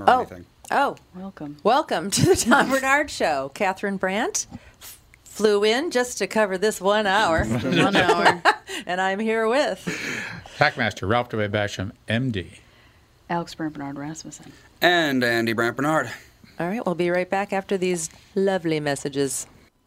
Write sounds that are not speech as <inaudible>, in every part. or Oh, anything. oh, welcome, welcome to the <laughs> Tom Bernard Show. Catherine Brandt f- flew in just to cover this one hour, <laughs> One hour. <laughs> and I'm here with Packmaster Ralph W. Basham, MD. Alex Brant Bernard Rasmussen. And Andy Brant Bernard. All right, we'll be right back after these lovely messages.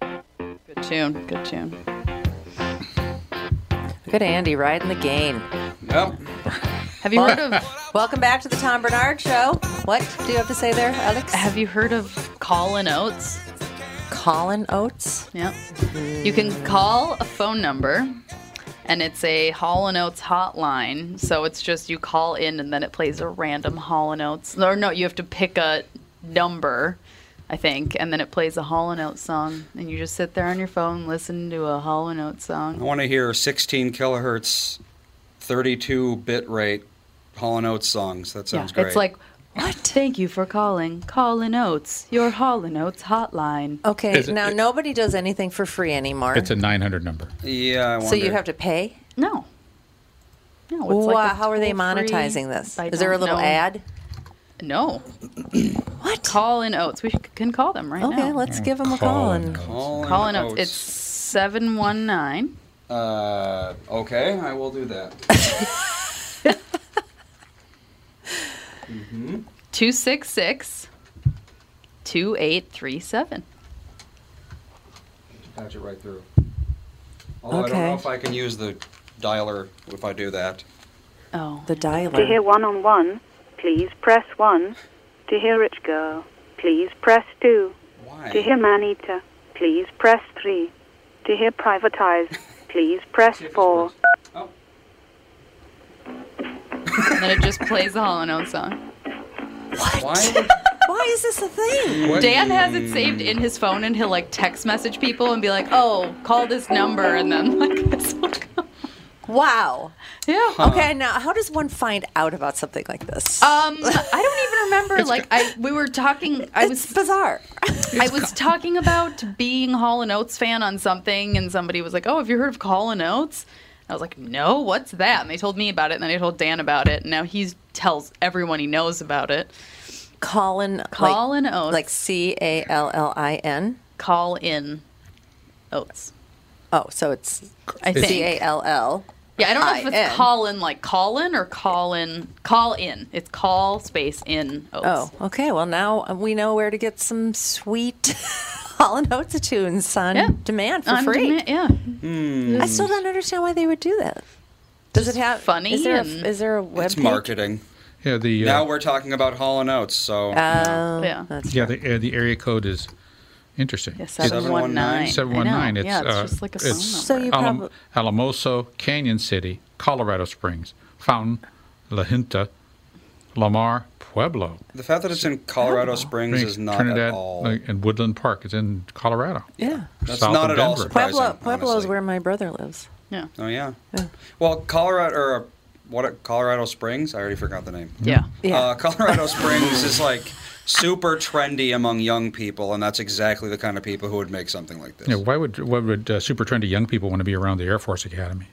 Good tune. Good tune. Good Andy, riding the game. Well, Have you heard of Welcome back to the Tom Bernard Show. What do you have to say there, Alex? Have you heard of Colin Oates? Colin Oates. Yep. You can call a phone number, and it's a Hall & Oates hotline. So it's just you call in, and then it plays a random Hall & Oates. Or no, you have to pick a number, I think, and then it plays a Hall & Oates song. And you just sit there on your phone, listen to a Hall & Oates I song. want to hear 16 kilohertz, 32 bit rate Hall & Oates songs. That sounds great. It's like, what? Thank you for calling Colin Oates, your Hall & Oates hotline. Okay, Is it- now nobody does anything for free anymore. It's a 900 number. yeah, I wonder. so you have to pay. No. No. Wow, Oh, It's like a how are they toll-free monetizing this? by Is there a phone. little No. ad? No. What? Call in Oats. We should- can call them right okay, now. let's give them a call. Call And and- Hall call and in Oats. It's 719. Uh, okay, I will do that. 266 2837. Patch it right through. Although I don't Okay. know if I can use the dialer if I do that. Oh. the To hear dialer. one on one, please press one. To hear it go, please press two. Why? To hear Maneater, please press three. To <laughs> hear Privatize, please press See if this four. works. Oh, And then it just plays the Hall & Oates song. <laughs> why? would- Why is this a thing? what- Dan has it saved in his phone, and <laughs> he'll like text message people and be like, oh, call this number, and then like this will come. Wow. Yeah. Okay, now how does one find out about something like this? Um, I don't even remember. like I, we were talking. I was it's bizarre. I was talking about being Hall and Oates fan on something, and somebody was like, "Oh, have you heard of Hall and Oates?" I was like, "No, what's that?" And they told me about it, and then I told Dan about it, and now he tells everyone he knows about it. Colin. Colin like, Oates. Like C A L L I N. Call in Oates. Oh, so it's I think. C A L L. Yeah, I don't know if I-N. it's call in like call in or call in call in. It's call space in Oates. Oh, okay. Well, now we know where to get some sweet <laughs> Hall and Oates tunes on Yeah. demand for On free. demand- yeah. I still don't understand why they would do that. Does it have funny Is there a, and- is there a web It's marketing. Yeah, the uh, Now we're talking about Hall and Oates, so Um, yeah. yeah the, uh, the area code is interesting. Yeah, It's 719. 719. I know. It's, yeah, it's uh, just like a it's- phone So number. you Alam- probably Alamoso, Canyon City, Colorado Springs, Fountain, La Junta, Lamar, Pueblo, the fact that it's in Colorado Springs is not Trinidad, at all. like, and Woodland Park. It's in Colorado. yeah. That's south not of at all Denver. surprising. Pueblo Pueblo is honestly. where my brother lives. Yeah. Oh yeah. Well, Colorado or uh, what? Colorado Springs. I already forgot the name. Yeah. Yeah. Uh, Colorado Springs is like super trendy among young people, and that's exactly the kind of people who would make something like this. Yeah, why would why would uh, super trendy young people want to be around the Air Force Academy?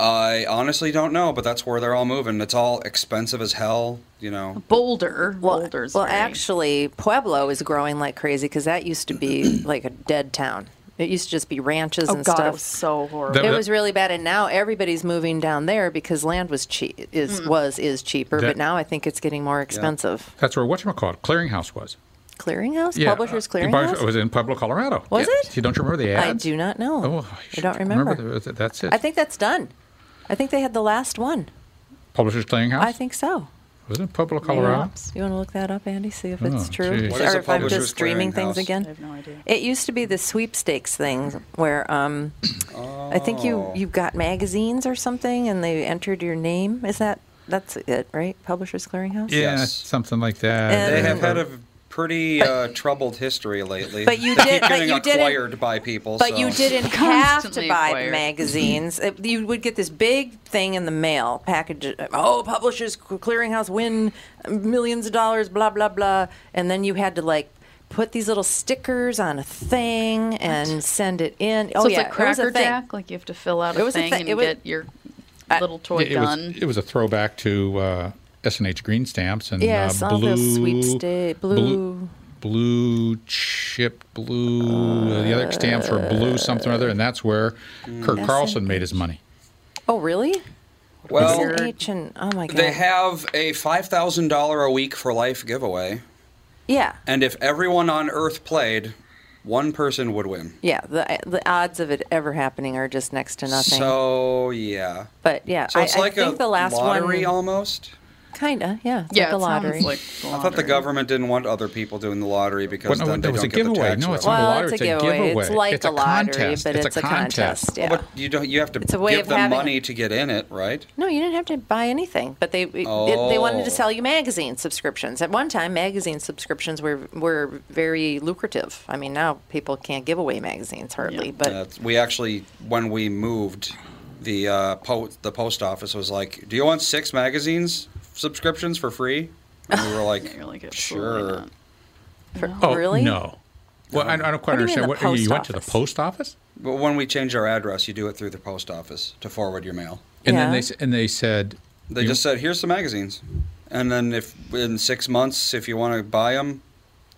I honestly don't know, but that's where they're all moving. It's all expensive as hell, you know. Boulder. Boulder's well, very- actually, Pueblo is growing like crazy because that used to <clears throat> be like a dead town. It used to just be ranches Oh and god, stuff. it was so horrible. That- It was really bad, and now everybody's moving down there because land was cheap is Hmm. was is cheaper, That- but now I think it's getting more expensive. That's where whatchamacallit, Clearinghouse was. Clearinghouse, publishers uh, in Pub- clearinghouse. It was in Pueblo, Colorado. Was Yeah. it? See, don't you remember the I ads? do not know. Oh, I should don't remember. the- that's it. I think that's done. I think they had the last one. Publishers Clearinghouse. I think so. was it in Pueblo, Colorado? You want to look that up, Andy? See if it's Oh, true, geez. What is or a if I'm publisher's just streaming things clearinghouse? again. I have no idea. It used to be the sweepstakes thing where um, I think Oh. you you got magazines or something, and they entered your name. Is that that's it, right? Publishers Clearinghouse. Yeah, Yes. something like that. And- They have had a pretty uh, troubled history lately. But you They did- keep but getting you didn't- acquired by people. But so. you <laughs> didn't have to Constantly buy the acquired. magazines. It- you would get this big thing in the mail package. Oh, publishers clearinghouse win millions of dollars, blah blah blah, and then you had to like put these little stickers on a thing and send it in. oh So it's yeah, like it was a Cracker thing. Jack. Like you have to fill out It a was a thing thi- it and was- get your little toy it, gun. Was, it was a throwback to uh, SNH green stamps and Yes, uh, all blue, those sweepsta- blue- blue, blue chip, blue. uh, the other stamps were blue something or other, and that's where Kirk Carlson made his money. Oh really? well, It's an H and oh my god. they have a $5,000 a week for life giveaway, yeah. and if everyone on Earth played, one person would win. Yeah, the the odds of it ever happening are just next to nothing. So, yeah. but yeah, So I, it's I like think a the last lottery one, almost. kinda, yeah, it's yeah, like a it lottery. sounds like I thought the government didn't want other people doing the lottery because Well, no, then that they was don't a get the giveaway. tax No, it's revenue. not a Well, lottery. it's a it's a giveaway. It's giveaway. like It's a, a lottery, contest. but it's, It's a a contest. contest. Yeah. Well, but you don't. You have to It's a way give of them having- money to get in it, right? no, you didn't have to buy anything, but they it- it- they wanted to sell you magazine subscriptions. At one time, magazine subscriptions were were very lucrative. I mean, now people can't give away magazines hardly, but Uh, we actually, when we moved, the uh, po- the post office was like, "Do you want six magazines subscriptions for free?" And <laughs> we were like, You're like, absolutely "Sure." not. for, Oh, really, No. Well, I, I don't quite What do you mean understand. the what you post went to the office? post office, But when we changed our address, you do it through the post office to forward your mail. and Yeah. then they s- and they said They you- just said, "Here's some magazines," and then if in six months, if you want to buy them,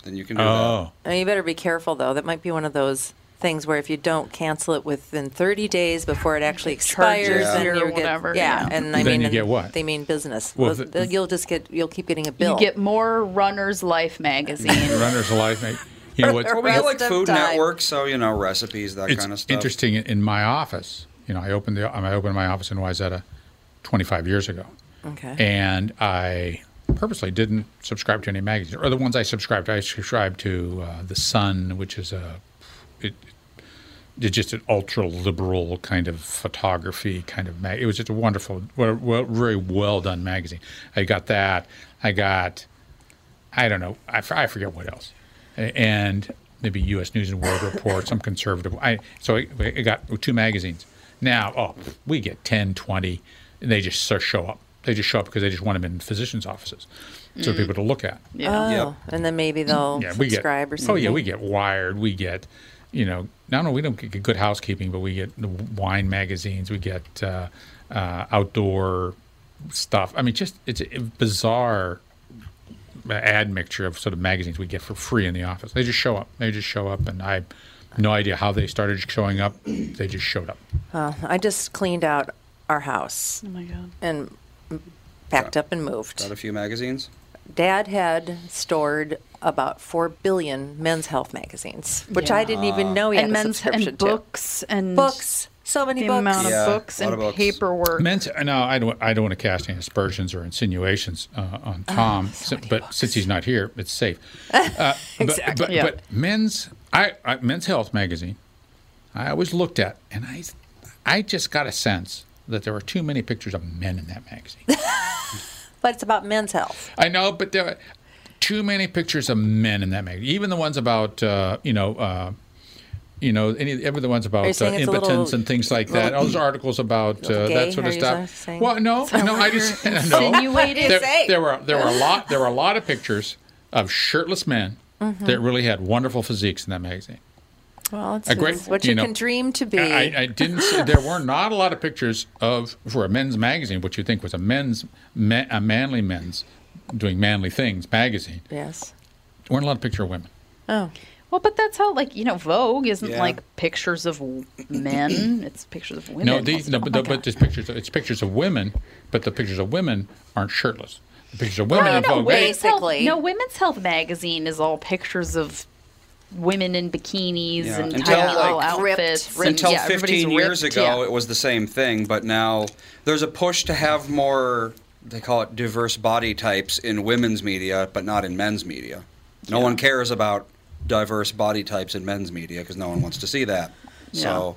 then you can do Oh, I mean, you better be careful though. That might be one of those things where if you don't cancel it within 30 days before it actually Charges expires, you then or you get whatever, yeah. yeah. And I Then mean, you and get what? They mean business. Well, They'll- the- you'll just get you'll keep getting a bill. You get more Runner's Life <laughs> magazine. runners alive. mate. <laughs> You know what? that. Well, we got like Rest of Food time. Network, so you know recipes, that it's kind of stuff. interesting in- in my office. You know, I opened the I opened my office in Wayzata 25 years ago, okay. and I purposely didn't subscribe to any magazines or the ones I subscribed. I subscribed to uh, the Sun, which is a it, it's just an ultra liberal kind of photography kind of mag. It was just a wonderful, well, well, very well done magazine. I got that. I got, I don't know, I, f- I forget what else, A- and maybe U.S. News and World Report, some conservative. I so I, I got two magazines, Now, oh, we get 10, 20, and they just so show up. They just show up because they just want them in physicians' offices so people to look at. Oh. Yeah. Yep. and then maybe they'll Yeah, we get. subscribe or something. Oh yeah, we get Wired. We get, you know, not only we don't get good housekeeping, but we get the wine magazines. We get uh, uh, outdoor stuff. I mean, just it's a bizarre admixture of sort of magazines we get for free in the office. They just show up. They just show up, and I have no idea how they started showing up. They just showed up. I just cleaned out our house Oh my god. and packed up and moved. Got a few magazines. Dad had stored about four billion men's health magazines, which I didn't even know he had Ah. And a men's subscription and to. books and books, so The many books. amount Yeah, of books a lot and of books. paperwork. Men's, no, I don't. I don't want to cast any aspersions or insinuations uh, on Tom, si- but since he's not here, it's safe. Uh, but, But, Yeah. but men's, I, I men's health magazine, I always looked at, and I, I just got a sense that there were too many pictures of men in that magazine. But it's about men's health. I know, but there are too many pictures of men in that magazine. Even the ones about, uh, you know, uh, you know, any ever the ones about Are you uh, saying it's a impotence little- and things like that. All those articles about little uh, gay? that sort of Are you stuff. saying- Well, no, no, I just <laughs> no. Insinuated. There, there were there were a lot there were a lot of pictures of shirtless men Mm-hmm. that really had wonderful physiques in that magazine. Well, it's, A great- it's what you, you know, can dream to be. I, I didn't. See, there were not a lot of pictures of for a men's magazine, which you think was a men's ma- a manly men's doing manly things magazine. yes. There weren't a lot of picture of women. Well, but that's how like you know Vogue isn't Yeah. like pictures of w- men; it's pictures of women. No, these no, Oh but my the, but God. it's pictures. It's pictures of women, but the pictures of women aren't shirtless. The pictures of women no, in no, Vogue. they- women's health, Basically. no, women's health magazine is all pictures of women in bikinis Yeah. and Until, tight little like, ripped- outfits. ripped- and, Until yeah, everybody's 15 years ripped, ago, yeah. it was the same thing, but now there's a push to have more. They call it diverse body types in women's media, but not in men's media. No one cares about diverse body types in men's media because no one wants to see that. So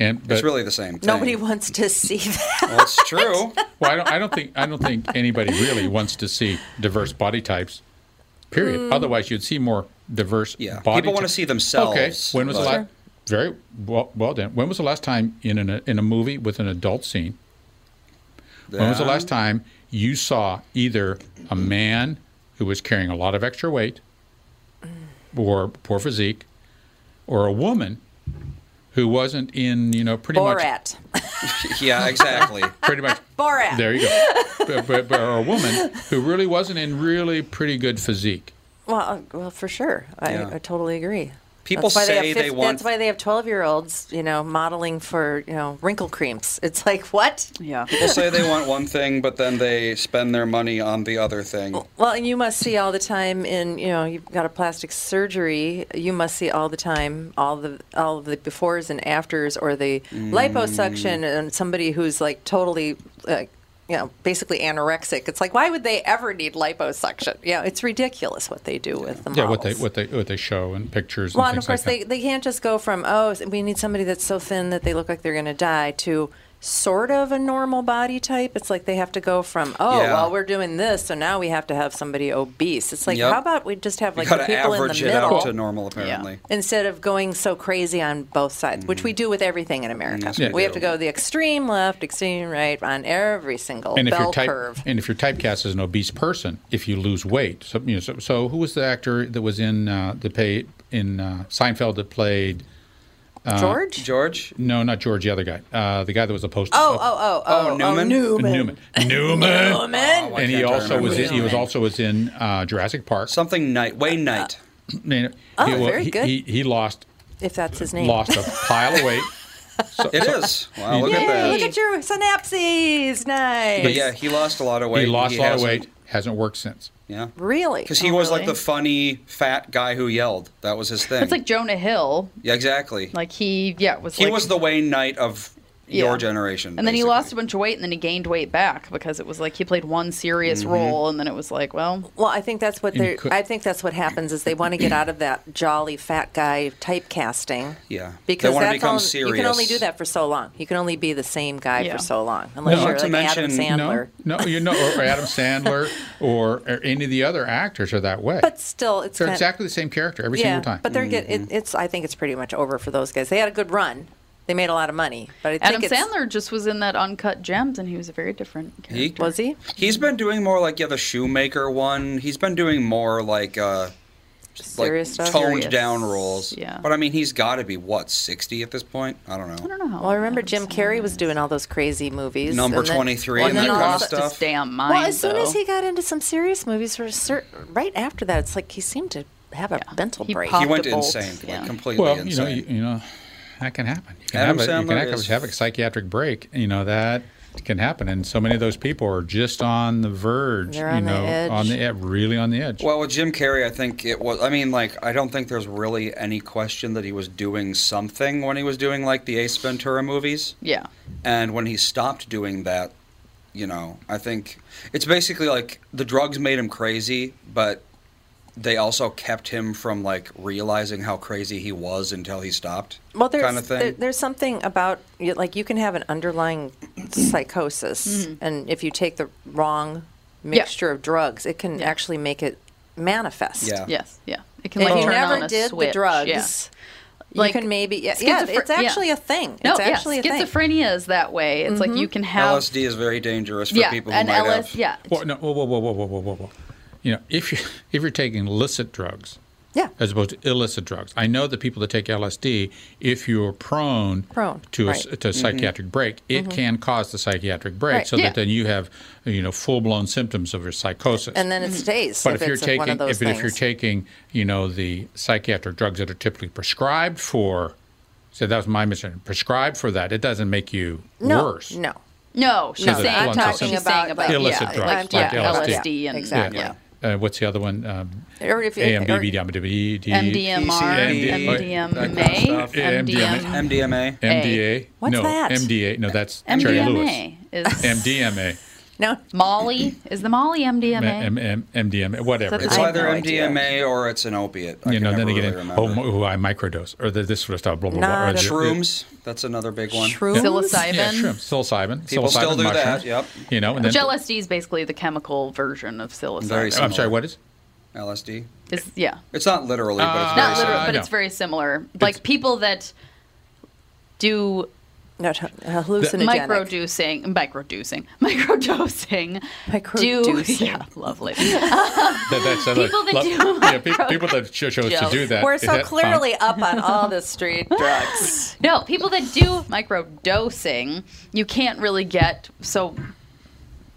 and, but, it's really the same thing. Nobody wants to see that. <laughs> Well, it's true. Well, I don't, I don't think I don't think anybody really wants to see diverse body types. Period. Otherwise, you'd see more diverse. Yeah. body People wanna ty- see themselves, Okay. When was the but- last? Very well, well done. When was the last time in an, in a movie with an adult scene? <laughs> When was the Yeah. last time you saw either a man who was carrying a lot of extra weight, or poor physique, or a woman who wasn't in you know pretty much Borat. <laughs> yeah, exactly. <laughs> pretty much Borat. there you go. but, but, but a woman who really wasn't in really pretty good physique. Well, uh, well, for sure. I, Yeah. I totally agree. People that's why they, have say fif- they want- That's why they have twelve-year-olds, you know, modeling for you know wrinkle creams. It's like what? yeah. People say they want one thing, but then they spend their money on the other thing. Well, and you must see all the time in you know you've got a plastic surgery. You must see all the time all the all of the befores and afters, or the liposuction, and somebody who's like totally. Uh, you know, basically anorexic. It's like, why would they ever need liposuction? Yeah, it's ridiculous what they do with the models. Yeah, what they what they what they show in pictures. Well, and and of things course, like they, they can't just go from, oh, we need somebody that's so thin that they look like they're going to die to sort of a normal body type. It's like they have to go from, oh, Yeah. well, we're doing this, so now we have to have somebody obese. It's like, Yep. how about we just have You like the gotta people in the average it middle out to normal, apparently. instead of going so crazy on both sides, which Mm. we do with everything in America. Yes, we we have do. to go the extreme left, extreme right on every single And if bell you're type, curve. and if you're typecast as an obese person, if you lose weight, so you know, so, so who was the actor that was in uh, the pay in uh, Seinfeld that played? uh, George? George? No, not George, the other guy, uh, the guy that was a poster. Oh, oh, oh, oh, Oh, Newman? <laughs> Newman. Newman. Newman. Newman. Oh, I And he can't also remember was in, his he was name. also was in uh, Jurassic Park. Something Knight. Wayne uh, Knight. oh, very he, good. He, he lost If that's his name. lost a pile of weight. So, It so- is. Wow, look Yay, at that. look at your synapses. Nice. But yeah, he lost a lot of weight. He lost a lot of hasn't- weight. Hasn't worked since. Yeah. Really? Because he Oh, was like really? the funny fat guy who yelled. That was his thing. It's like Jonah Hill. yeah, exactly. Like he, yeah, was he like, was the Wayne Knight of Yeah. your generation. And then he basically. lost a bunch of weight, and then he gained weight back because it was like he played one serious Mm-hmm. role, and then it was like, well, Well, I think that's what And they could- I think that's what happens is they want to get out of that jolly fat guy typecasting. Yeah. They Because wanna that's become all, you can only serious. do that for so long. You can only be the same guy Yeah. for so long, unless No. you're Not like to Adam mention- Sandler. No, no, you know, or or Adam Sandler, or, or any of the other actors are that way. But still, it's they're kind exactly the same character every yeah. single time. Mm-hmm. But they're get, it, it's. I think it's pretty much over for those guys. They had a good run, They made a lot of money, but I Adam think it's, Sandler just was in that Uncut Gems, and he was a very different character. He was he? He's been doing more like yeah, the shoemaker one. He's been doing more like uh like Serious stuff. toned Serious, down roles. yeah. But I mean, he's got to be what sixty at this point. I don't know. I don't Oh, know how. Well, I remember Jim Adam Sandler Carrey was is. doing all those crazy movies. Number and then- 23 Well, and he that kind of lost his stuff. damn mind. Well, as soon as though. he got into some serious movies, for cer right after that, it's like he seemed to have a mental He break. popped He went a bolt, insane, yeah. like completely Well, you know, insane. you, you know, that can happen. You can Adam have a, you Sandler can have, is- have a psychiatric break. You know that can happen, and so many of those people are just on the verge. They're you on the know, edge. on the edge, really on the edge. Well, with Jim Carrey, I think it was. I mean, like, I don't think there's really any question that he was doing something when he was doing like the Ace Ventura movies, Yeah. and when he stopped doing that, you know, I think it's basically like the drugs made him crazy, but they also kept him from like realizing how crazy he was until he stopped. Well, there's kind of thing. there- there's something about you- like you can have an underlying psychosis, Mm-hmm. and if you take the wrong mixture of drugs, it can actually make it manifest. Yeah. Yes. Yeah. It can If like you turn on never a did switch. the Yeah. drugs, Like, you can maybe yeah, yeah, schizophr- it's actually yeah. a thing. No, it's yeah, actually a thing. Mm-hmm. schizophrenia is that way. It's like you can have LSD is very dangerous for yeah, people who and might LS, have. yeah, Well, no, whoa, whoa, whoa, whoa, whoa, whoa, whoa, whoa. You know, if you if you're taking illicit drugs Yeah. as opposed to illicit drugs, I know that people that take LSD, if you're prone, Prone, to a, right. Mm-hmm. s- Mm-hmm. to a psychiatric break, it can cause the psychiatric break, Right. so Yeah. that then you have you know full blown symptoms of your psychosis. And then it Mm-hmm. stays. But if, if, you're it's taking, one of those if, things. if you're taking, you know, the psychiatric drugs that are typically prescribed for, so that was my mission, prescribed for that, it doesn't make you no, worse. no, no, she's So saying that I'm blunt talking symptoms. about, about Illicit yeah, drugs, like, like yeah, LSD. LSD and Exactly. yeah. Uh, what's the other one? Um, Or if you- AMBB, or- DMDD, MDMR, PCD, that kind MDMA, of stuff. MDMA, MDMA. MDA. What's no, that? MDA. No, that's Jerry Lewis. MDMA is MDMA. no. Molly. Is the Molly M- M- MDMA? M- MDMA. Whatever. That's It's I have either no idea. MDMA or it's an opiate. I you can know, never then they get really in, remember. oh, mo- oh, I microdose, or the, this sort of stuff, blah, blah, blah. Not or a- the- Shrooms. That's another big one. Shrooms? Psilocybin. Yeah, shrooms, psilocybin. People psilocybin still do that, mushrooms, yep. You know, and Which then. LSD is basically the chemical version of psilocybin. Very similar. I'm sorry, what is? LSD. Is yeah. It's not literally, but it's very Uh, Not literally, similar. but no. it's very similar. Like people that do No, t- hallucinogenic. microdosing, microdosing, <laughs> microdosing, Microdosing. do yeah, lovely. <laughs> That, that's People that do <laughs> yeah, pe- people that cho- chose to microdose. do that. We're is so that fun? clearly up on all <laughs> the street drugs. No, people that do microdosing, you can't really get. So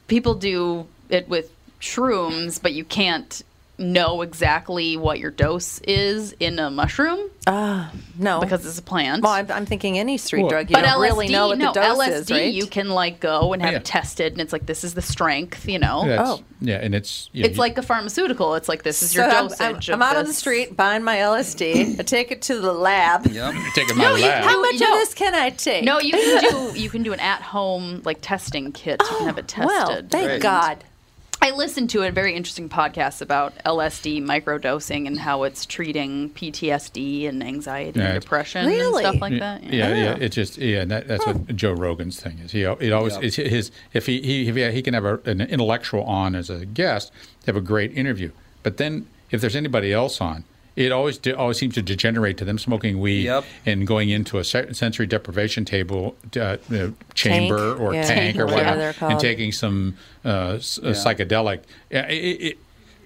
people do it with shrooms, but you can't know exactly what your dose is in a mushroom No, because it's a plant. Oh. well, I'm, I'm thinking any street Well- drug. You but don't LSD, really know what no, the dose LSD, is, right? you can like go and have Yeah. it tested, and it's like this is the strength, you know. That's- Oh. Yeah, and it's. You know, It's like a pharmaceutical. It's like this is so your I'm, dosage. I'm, I'm of out on the this. street buying my LSD. I take it to the lab. Yep. you take it my No, you- lab. How You- much no. of this can I take? No, you can do you can do an at home like testing kit. You can have it tested. <gasps> Well, thank Great. God. I listened to a very interesting podcast about LSD microdosing and how it's treating PTSD and anxiety Yeah, and it's- depression Really? and stuff like that. Yeah, yeah, it just yeah. and That, that's what Joe Rogan's thing is. He it always Oh. Yeah. it's his if he he if he, he can have a, an intellectual on as a guest, have a great interview. But then if there's anybody else on, it always de- always seems to degenerate to them smoking weed Yep. and going into a se- sensory deprivation table uh, you know, chamber or yeah. tank or Whatever whatever, they're and called. taking some uh, s- uh, psychedelic. Yeah, it- it- it-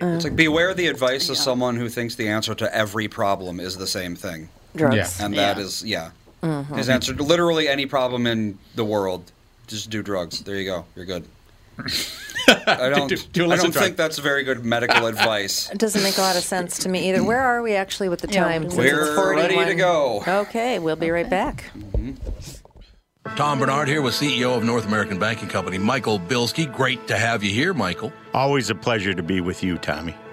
It's like beware the advice of someone who thinks the answer to every problem is the same thing, Drugs. Yeah. and that is yeah. Mm-hmm. His answer to literally any problem in the world: just do drugs. There you go. You're <laughs> good. I don't. Do- do I illicit don't drugs. think that's very good medical advice. It doesn't make a lot of sense to me either. Where are we actually with the Yeah. time? since it's We're ready to 41? go. Okay, we'll be right back. Tom Bernard here with CEO of North American Banking Company, Michael Bilski. Great to have you here, Michael. Always a pleasure to be with you, Tommy.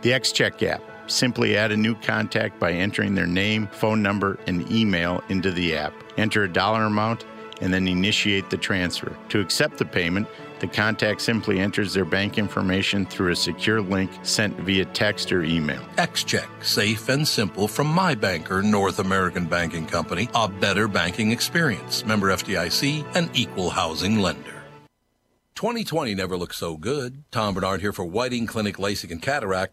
The XCheck app. Simply add a new contact by entering their name, phone number, and email into the app. Enter a dollar amount and then initiate the transfer. To accept the payment, the contact simply enters their bank information through a secure link sent via text or email. XCheck, safe and simple from my banker, North American Banking Company, a better banking experience. Member FDIC, an equal housing lender. 2020 never looked so good. Tom Bernard here for Whiting Clinic LASIK and Cataract.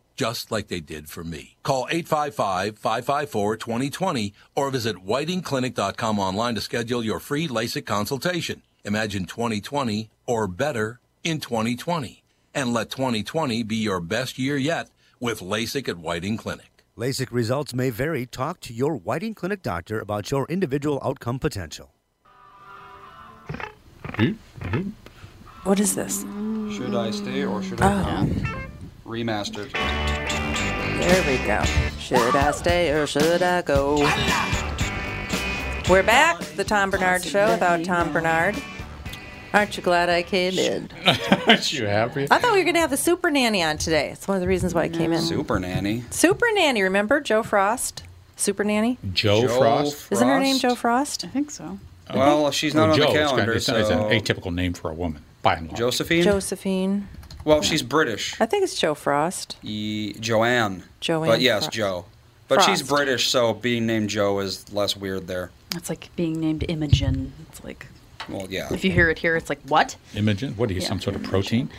just like they did for me. Call 855-554-2020 or visit whitingclinic.com online to schedule your free LASIK consultation. Imagine 2020 or better in 2020 and let 2020 be your best year yet with LASIK at Whiting Clinic. LASIK results may vary. Talk to your Whiting Clinic doctor about your individual outcome potential. What is this? Should I stay or should Oh. I go? Remastered. There we go. Should I stay or should I go? We're back, the Tom Bernard Show without Tom Bernard. Aren't you glad I came in? Aren't you happy? I thought we were going to have the Super Nanny on today. It's one of the reasons why I came in. Super nanny. Super Nanny, remember Joe Frost? Super Nanny? Joe, Frost. Isn't her name Joe Frost? I think so. Well, she's Well, not on Joe, the it's kind of- calendar, it's, it's so an atypical name for a woman, by and large. Josephine. Josephine. well, she's British. I think it's Joe Frost. E- Joanne. Joanne But yes, Frost. Joe. But she's Frost. British, so being named Joe is less weird there. It's like being named Imogen. It's like Well, yeah. if you hear it here, it's like what? Imogen, what are you, some sort of protein?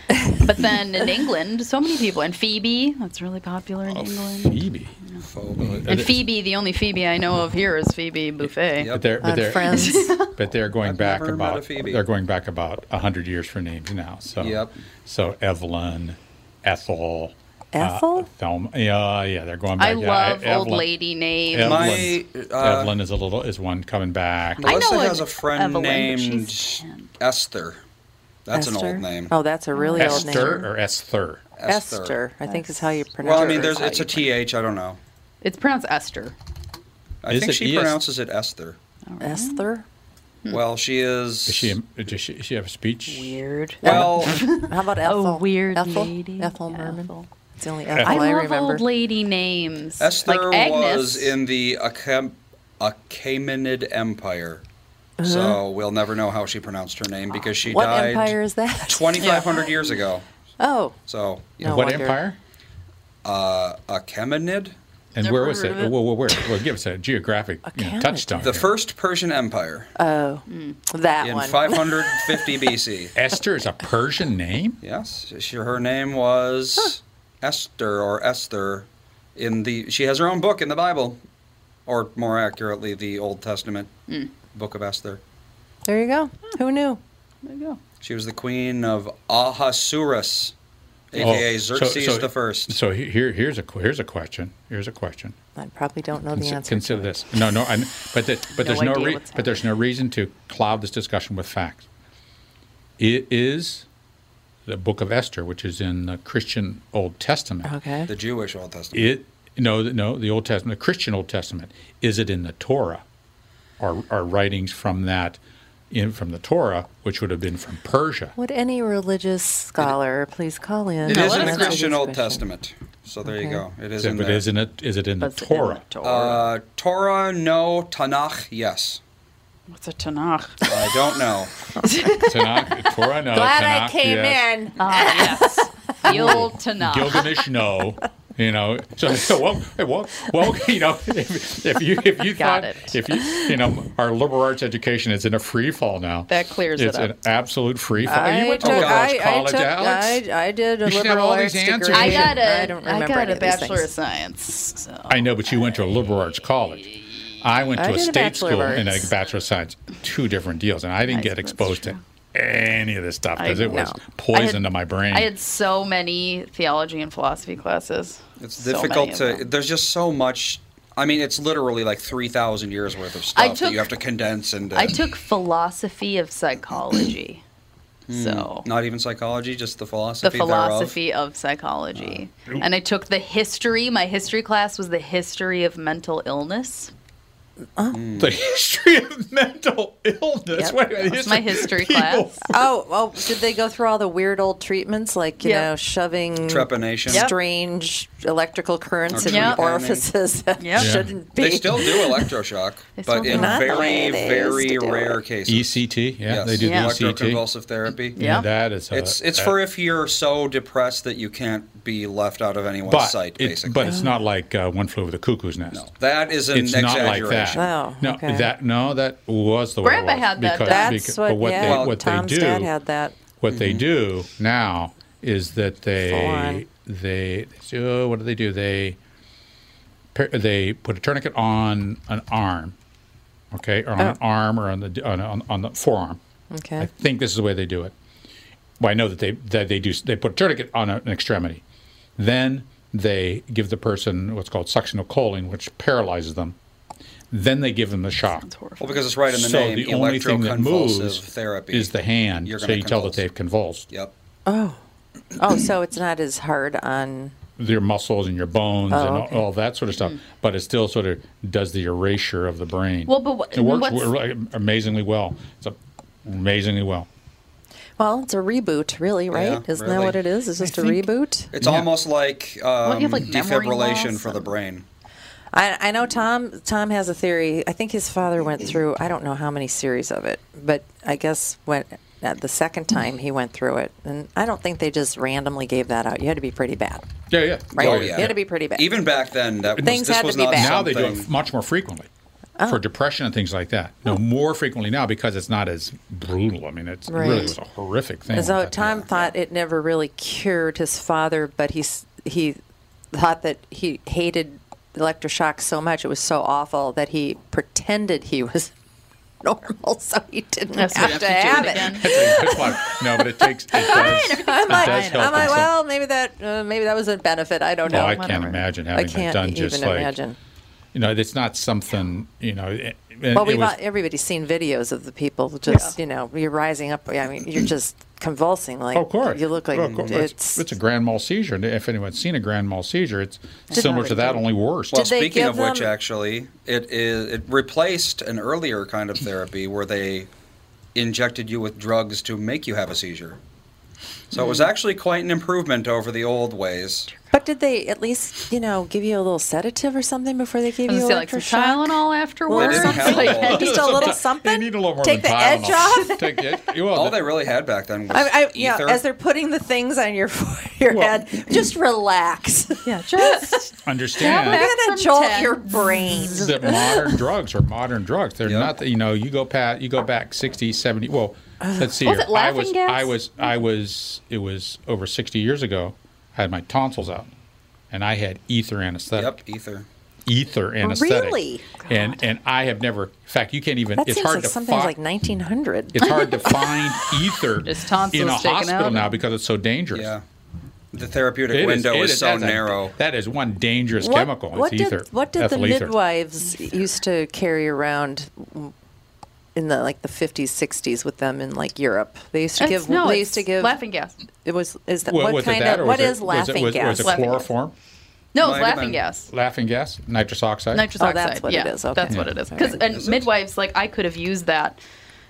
But <laughs> then in England, so many people and Phoebe. That's really popular in England. Phoebe. And Phoebe, the only Phoebe I know of here is Phoebe Buffet. But they're, but On they're, Friends. <laughs> but they're going I've back never met a about Phoebe. they're going back about hundred years for names now. So Yep. So Evelyn, Ethel, Ethel? uh, Thelma. Yeah, yeah, they're going back. I yeah, love E- old Evelyn- lady names. Evelyn, My, uh, Evelyn is a little is one coming back. I Melissa know has it- a friend Evelyn, but named she's- Esther. That's an Esther? old name. Oh, that's a really old name. Esther or Esther. Esther. I think is how you pronounce Well, it. I mean, there's how it's you a th. I don't know. It's pronounced Esther. I Is think it E she ES? pronounces it Esther. Esther. Hmm. Well, she is. Is she a- does she, does she have a speech? Weird. well, How about Ethel? Oh, weird Ethel? lady. Ethel Merman. Ethel. It's the only Ethel I I, love remember. old lady names. Esther like Agnes. was in the Acham- Achaemenid Empire. So we'll never know how she pronounced her name because she Uh-huh. What died empire is that? 2,500 years ago. <laughs> Oh, So, you No what wonder. empire? uh, Achaemenid? And Never where was heard it? of it. Whoa, whoa, where? Well, give us a geographic you know, Canada. touchstone. The here. first Persian Empire oh, that Hmm. in one. <laughs> 550 BC. Esther is a Persian name. Yes, she, her name was Esther or Esther. In the she has her own book in the Bible, or more accurately, the Old Testament Hmm. book of Esther. There you go. Who knew? There you go. She was the queen of Ahasuerus, aka Oh, so- Xerxes so- the First. So he- here, here's a here's a question. Here's a question. I probably don't know the Consi- answer. Consider this. No, no, I, but that, but No there's no idea re- what's but there's no reason to cloud this discussion with facts. It is the Book of Esther, which is in the Christian Old Testament. Okay. The Jewish Old Testament. It no th- no the Old Testament, the Christian Old Testament. Is it in the Torah, or are writings from that in from the Torah, which would have been from Persia? Would any religious scholar please call in? It No, is let in Answer the us know. Christian this Old question. Testament. So there you go. It is Is it, in but there. is, in it, is it in the That's in the Torah? Torah. uh, Torah, no. Tanakh, yes. What's a Tanakh? I don't know. Tanakh, Torah, no. Glad Tanakh, I came yes. in. Ah, <laughs> yes. The old Tanakh. Gilgamesh, no. You know, so, <laughs> so well, hey, well, well, <laughs> you know, if, if you if you Got thought, it. if you you know, our liberal arts education is in a free fall now. That clears it it's up. an absolute free fall. I you went to took- college, I, I, Oh, college took, Alex. I, I did a You should have liberal all these arts degree. answers. I got a I don't remember I got any a of these bachelor of things. science. So. I know, but you went to a liberal arts college. I went I to a did a state Bachelor of school and a Arts. bachelor of science. Two different deals, and I didn't I- get that's exposed to any of this stuff because I- it was no. poison I had- to my brain. I had so many theology and philosophy classes. It's <laughs> So difficult many of to. them. There's just so much. I mean, it's literally like three thousand years worth of I stuff that took- you have to condense into. I took philosophy of psychology. So Hmm. not even psychology, just the philosophy. the thereof. philosophy of psychology. Uh, and I took the history. My history class was the history of mental illness. The history of mental illness. Yep. Wait a minute, That's my history class. Oh, oh, did they go through all the weird old treatments like, you Yep. know, shoving Trepanation. Yep. strange electrical currents Or in trepanning. orifices that Yep. Yeah. shouldn't be? They still do electroshock, They still but do. in Not the very, way they used very to do rare it. cases. ECT. E Yeah, Yes. they do E Yeah. ECT. Electroconvulsive therapy. Yeah. that is. A, It's it's that- for if you're so depressed that you can't be left out of anyone's but sight, it- basically. but it's not like uh, one flew over the cuckoo's nest. that is an it's not like exaggeration. that. Wow, No, okay. that no, that was the way. it Grandpa was, Oh, had that because- done. That's beca- what, but what yeah, they what Tom's they do dad had that. what they do now is that Full they on. they so what do they do they per- they put a tourniquet on an arm okay or on an arm or on the on, on, on the forearm Okay. i think this is the way they do it well i know that they that they do they put a tourniquet on an extremity then they give the person what's called succinylcholine which paralyzes them then they give them the shock Well, because it's right in the so name. the only thing that moves electroconvulsive therapy is the hand You're so gonna you tell that convulse. they've convulsed Yep. Oh, so it's not as hard on. your muscles and your bones and all, Oh, okay. Mm-hmm. all that sort of stuff. But it still sort of does the erasure of the brain. Well, but what- it works what's- wi- amazingly well. It's a- amazingly well. Well, it's a reboot, really, right? Yeah, Isn't that really. what it is? It's just a think- reboot? It's almost like, um, you have, like, memory defibrillation loss for the and- brain. I, I know Tom. Tom has a theory. I think his father went through. I don't know how many series of it, but I guess when at the second time he went through it, and I don't think they just randomly gave that out. You had to be pretty bad, Yeah, yeah. right? Oh, yeah. You had to be pretty bad. Even back then, that was, Things this had to was be not bad. Now something. they do it much more frequently Oh. for depression and things like that. No, more frequently now because it's not as brutal. I mean, it's it really Right. was a horrific thing. And so at that Tom time. thought it never really cured his father, but he s- he thought that he hated electroshock so much it was so awful that he pretended he was <laughs> normal so he didn't That's have what to you have to do have it it. again. <laughs> <laughs> It's like- no, but it takes. It <laughs> does, it I'm like, does help I'm like, in some- well, maybe that, uh, maybe that was a benefit. I don't Oh, know. I can't imagine having I can't that done even just like imagine. you know, it's not something you know. It, it- Well, it we've was- all, everybody's seen videos of the people just, you know, you're rising up. I mean, you're just convulsing. Like, Oh, of course. you look like Of course. it's. it's a grand mal seizure. And if anyone's seen a grand mal seizure, it's similar they to that, do- only worse. Well, Did they speaking give of which, them- actually, it is it replaced an earlier kind of therapy where they injected you with drugs to make you have a seizure. So it Hmm. was actually quite an improvement over the old ways. But did they at least, you know, give you a little sedative or something before they gave I was you gonna say, like some electroshock? Tylenol afterwards. Well, They didn't something have all <laughs> like that. Uh, just a little something. They need a little more Take than the Tylenol. edge off. <laughs> Take the edge- well, All the- they really had back then was I, I, yeah, ether. as they're putting the things on your <laughs> your Well- head, just <laughs> relax. yeah, <laughs> just understand Back You're gonna from jolt 10. your brain. that <laughs> modern drugs are modern drugs. They're Yep. not, the- you know, you go past, you go back 60, 70. Well, let's see Was here. it laughing I was, gas? I was, I was, it was over 60 years ago. I had my tonsils out and I had ether anesthetic. yep, ether. ether anesthetic. Oh, Really? And and I have never. In fact, you can't even. That it's seems hard like to something fi- like 1900. <laughs> It's hard to find ether Just tonsils in a sticking hospital out. now because it's so dangerous. Yeah. The therapeutic It is- window it is, so that's a- narrow. that is one dangerous chemical. It's what ether. did what did the ethyl ether. midwives used to carry around in the like the 50s, 60s with them in like Europe? They used to It's- give. no, they it's used to give. laughing gas. It was is that Wa- what was it kind that or of what was it- is laughing was it, gas? Was it Laughing gas. chloroform? Might No, it's have laughing been. gas. Laughing gas? Nitrous oxide? Nitrous Oh, oxide. that's what it yeah, is. Okay. That's what it is. Yeah. Because Alright. and midwives, like I could have used that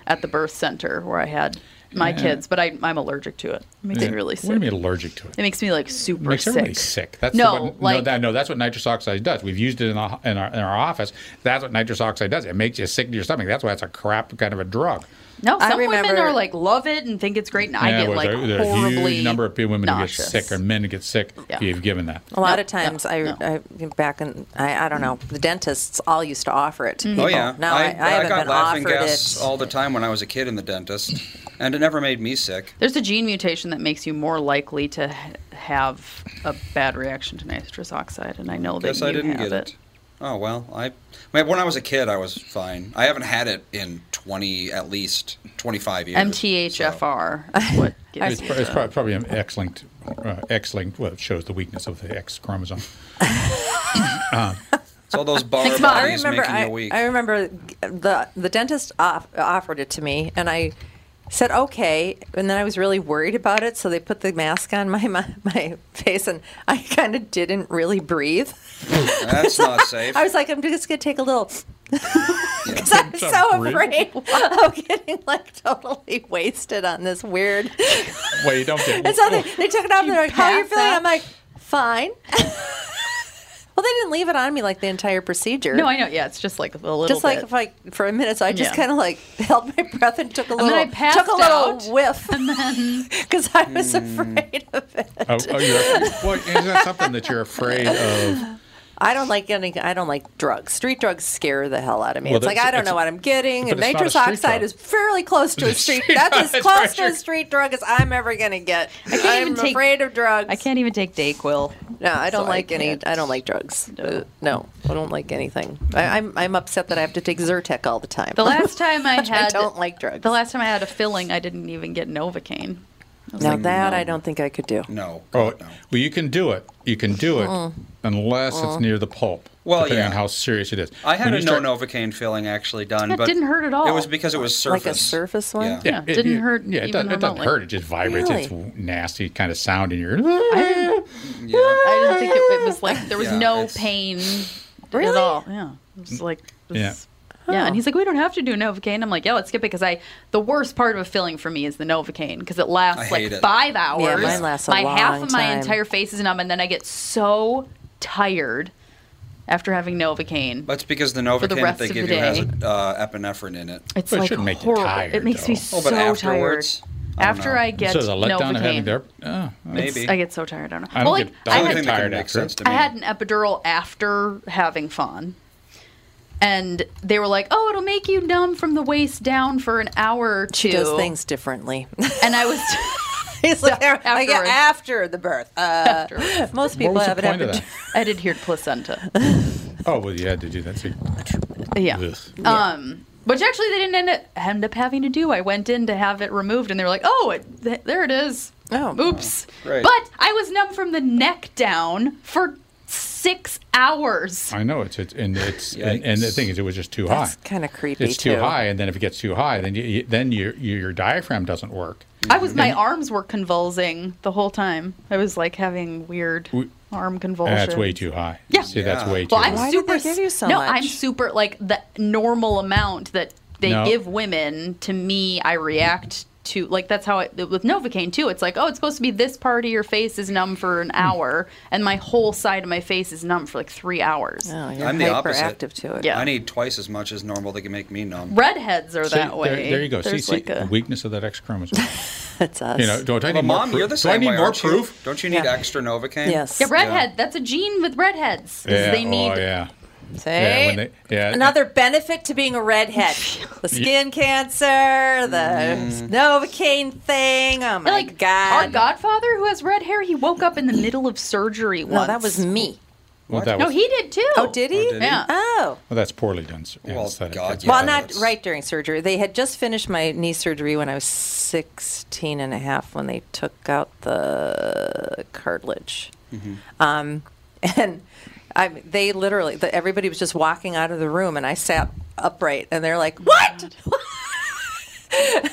at the birth center where I had my Yeah. kids, but I, I'm allergic to it. It makes Yeah. me really What sick. do you mean allergic to it? It makes me like super makes everybody sick. sick. That's no, what, like no, that, no, that's what nitrous oxide does. We've used it in our, in, our, in our office. That's what nitrous oxide does. It makes you sick to your stomach. That's why it's a crap kind of a drug. no. I Some women remember- are like love it and think it's great, and I Yeah, get well, like there, there are horribly a huge number of women nauseous. who get sick or men who get sick Yeah. Oh, if you've given that. A lot No, of times, no, I, no. I back in I, I don't know the dentists all used to offer it. To people. Oh yeah, now I, I, haven't got been laughing offered gas it. all the time when I was a kid in the dentist, and it never made me sick. There's a gene mutation that makes you more likely to ha- have a bad reaction to nitrous oxide, and I know that Guess you I didn't have get it. Oh well, I, I mean, when I was a kid, I was fine. I haven't had it in twenty, at least twenty-five years. MTHFR <laughs> is what gives It's, you pro- it's the- pro- probably an X-linked, uh, X-linked. Well, it shows the weakness of the X chromosome. So, it's all <laughs> those bar Thanks, Mom. I I bodies remember making I, you weak. I remember the the dentist off, offered it to me, and I said okay, and then I was really worried about it, so they put the mask on my <laughs> my, my face, and I kind of didn't really breathe. That's not <laughs> safe. I was like, I'm just gonna take a <laughs> little. <laughs> Because I'm so Breathe. afraid <laughs> of getting like totally wasted on this weird. Wait, don't get. Oh, And so they, they took it off. and They're like, "How are you pass feeling?" out? I'm like, "Fine." <laughs> well, they didn't leave it on me like the entire procedure. No, I know. Yeah, it's just like a little Just like bit. if I for a minute, so I just Yeah. kind of like <laughs> held my breath and took a then little, I passed took a little out. <laughs> whiff <laughs> and then Hmm. because I was afraid of it. Oh, oh, you're, <laughs> what is that something that you're afraid of? I don't like getting. I don't like drugs. Street drugs scare the hell out of me. Well, it's like that's- I don't it's- know what I'm getting. but And it's not a nitrous street oxide drug. is fairly close <laughs> to a street. That's as That's close right. to a street drug as I'm ever gonna get. I can't am even take- afraid of drugs. I can't even <laughs> take Dayquil. No, I don't <laughs> So I like any. can't. I don't like drugs. Uh, No, I don't like anything. I, I'm I'm upset that I have to take Zyrtec all the time. The last time <laughs> I I had don't like drugs. The last time I had a filling, I didn't even get Novocaine. now that I don't think I could do. No. Oh, God, well, no. you can do it. You can do it, Uh-huh. unless it's near the pulp. Well, depending yeah. on how serious it is. I had When a you start- no Novocaine filling actually done, That but didn't hurt at all. It was because it was surface, Like a surface one? Yeah. Yeah, it- didn't it- hurt. Yeah, it, even does, it doesn't remotely. hurt. It just vibrates. Really? It's nasty kind of sound in your. I didn't think it, it was like there was Yeah, no it's- pain at Really? all. Yeah, it was like <laughs> it Yeah. was- Yeah, Oh. and he's like, we don't have to do Novocaine. I'm like, yeah, let's skip it because I the worst part of a filling for me is the Novocaine because it I lasts like hate it. five hours. mine lasts a my half long of my time. entire face is numb, and then I get so tired after having Novocaine. That's because the Novocaine the that rest they of give the you has day. uh, epinephrine in it. It's But it like shouldn't make you horrible. tired, it makes me so though. Oh, but tired. afterwards? I don't After know. I get so there's a letdown of having Novocaine, their. Oh, Maybe. I get so tired. I don't know. I don't well, like, get. I I don't had think that get can tired make after. sense it. to I had an epidural after having fun. And they were like, "Oh, it'll make you numb from the waist down for an hour or She two. does things differently. <laughs> And I was <laughs> It's like, like afterwards. after the birth. Uh, after <laughs> most people What was have the it point after. of that? I did hear placenta. <laughs> Oh well, you had to do that. So Yeah. Ugh. Um, which actually they didn't end up, end up having to do. I went in to have it removed, and they were like, "Oh, it, th- there it is. Oh. Oops." Right. But I was numb from the neck down for six hours. I know it's it's and it's and, and the Yikes. thing is, it was just too high. That's kinda creepy, It's too too. high, and then if it gets too high, then you, you, then your your your diaphragm doesn't work. I was my arms were convulsing the whole time. I was like having weird We- arm convulsions. That's way too high. Yeah. See, that's Yeah. way too Well, I'm high. Why did super. they give you so no, much? I'm super like the normal amount that they No. give women. To me, I react to like that's how it with Novocaine too. It's like oh, it's supposed to be this part of your face is numb for Hmm. an hour, and my whole side of my face is numb for like three hours. Oh, you're I'm the opposite. hyperactive to it. Yeah. I need twice as much as normal to can make me numb. Redheads are See, that there- way. There, you go. See, There's see like a- the weakness of that X <laughs> chromosome. That's us. you know, do I need Well, more mom, proof? you're the Do I same need way, more aren't you? proof? Don't you need Yeah. extra Novocaine? Yes. yeah, redhead. That's a gene with redheads. 'cause Yeah. They need oh yeah. Say, Yeah, when they- yeah. another benefit to being a <laughs> redhead: the skin cancer, Mm. the novocaine thing. Oh my like god! our godfather who has red hair he woke up in the middle of surgery no, once that was me. Well, that no was, he did too Oh, did he? did he? Yeah. Oh. well, that's poorly done. s- Well, anesthetic. God, That's yeah. Well, what that not is. right during surgery. They had just finished my knee surgery when I was 16 and a half when they took out the cartilage. Mm-hmm. Um, <laughs> and I, they literally, the, everybody was just walking out of the room, and I sat upright, and they're like, What? <laughs>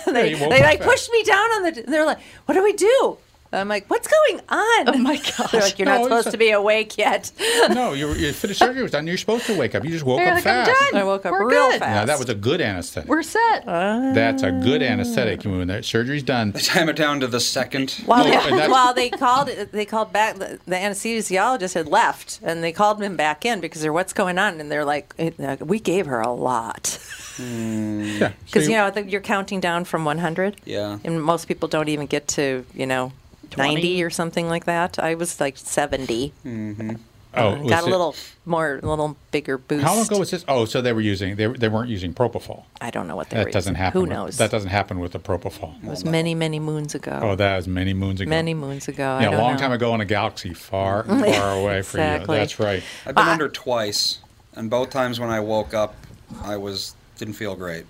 And they you woke they up like fast. pushed me down on the, and they're like, What do we do? And I'm like, What's going on? Oh, my <laughs> gosh. They're like, You're No, not it's supposed a- to be awake yet. No, you, were- you finished surgery was done. You're supposed to wake up. You just woke You're up like, I'm fast. done. I woke up We're real good. fast. Oh, Now that was a good anesthetic. we're set That's a good anesthetic. When the surgery's done, Time it down to the second. While, Well, and they, that's- while they called, they called back. The, the anesthesiologist had left, and they called him back in because they're what's going on, and they're like, "Eh, uh, "We gave her a lot," <laughs> yeah. because you know I think you're counting down from 100. Yeah. and most people don't even get to you know 90 or something like that. I was like 70. Hmm. oh, was Got a it- little more, a little bigger boost. How long ago was this? Oh, so they were using they, they weren't using propofol. I don't know what they were That doesn't using. happen. Who with- knows? That doesn't happen with the propofol. it was many, many moons ago. Oh, that was many moons ago. many moons ago. I Yeah, a don't long know. time ago in a galaxy <laughs> far, far away for Exactly. you. That's right. I've been under twice, and both times when I woke up, I was didn't feel great.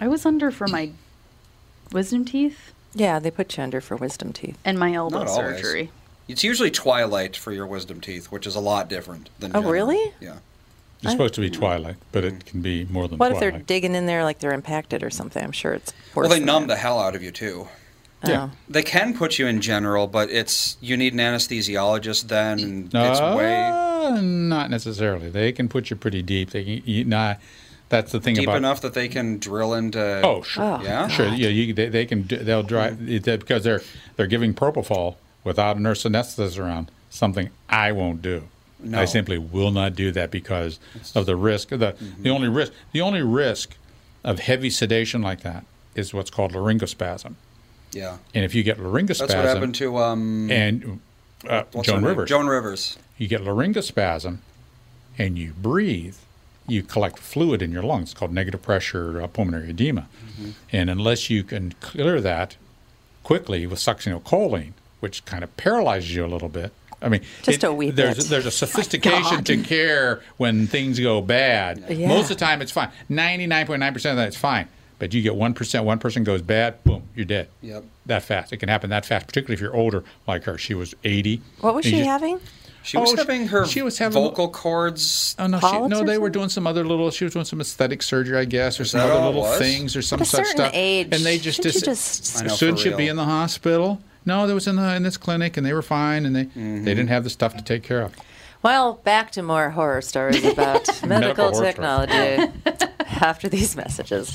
i was under for my wisdom teeth Yeah, they put you under for wisdom teeth. and my elbow Not always. surgery It's usually twilight for your wisdom teeth, which is a lot different than. Oh, general. really? Yeah. It's supposed to be Twilight, but it can be more than What if Twilight. they're digging in there like they're impacted or something? I'm sure it's worse. Well, they than numb the hell out of you too. Yeah. Oh. They can put you in general, but it's you need an anesthesiologist then. And it's way Uh, not necessarily. They can put you pretty deep. They can, you, nah, that's the thing deep about enough that they can drill into. Oh, sure. yeah, sure. Yeah, you, they, they can. do- They'll drive it- that- because they're they're giving propofol without a nurse anesthetist around. Something I won't do. No. I simply will not do that because of the risk. The Mm-hmm. the only risk the only risk of heavy sedation like that is what's called laryngospasm. Yeah. And if you get laryngospasm, That's what happened to um and uh, what's her Joan name? Rivers. Joan Rivers. You get laryngospasm, and you breathe. You collect fluid in your lungs. It's called negative pressure uh, pulmonary edema. And unless you can clear that quickly with succinylcholine, which kind of paralyzes you a little bit. I mean, Just a wee there's, bit. <laughs> There's a sophistication to care when things go bad. Yeah. Most of the time, it's fine. 99.9% of that, it's fine. But you get 1%, one person goes bad, boom, you're dead. Yep. That fast. It can happen that fast, particularly if you're older like her. She was 80. What was and she you- having? She was Oh, she- having her she was having- vocal cords. Oh no, she, Polyps no, or they were doing some other little. She was doing some aesthetic surgery, I guess, or some that other all it little was? things or some At a such certain stuff. age, and they just shouldn't you dis- just- I know, for shouldn't she be real. in the hospital? No, they was in the in this clinic, and they were fine, and they Mm-hmm. they didn't have the stuff to take care of. Well, back to more horror <laughs> stories about Medical medical horror technology <laughs> after these messages.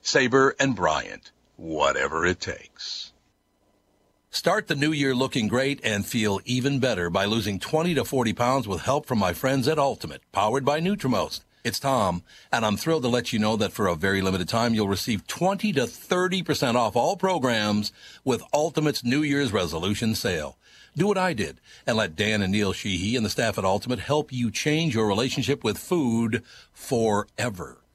Saber and Bryant, whatever it takes. Start the new year looking great and feel even better by losing 20 to 40 pounds with help from my friends at Ultimate, powered by Nutrimost. It's Tom, and I'm thrilled to let you know that for a very limited time, you'll receive 20 to 30% off all programs with Ultimate's New Year's resolution sale. Do what I did and let Dan and Neil Sheehy and the staff at Ultimate help you change your relationship with food forever.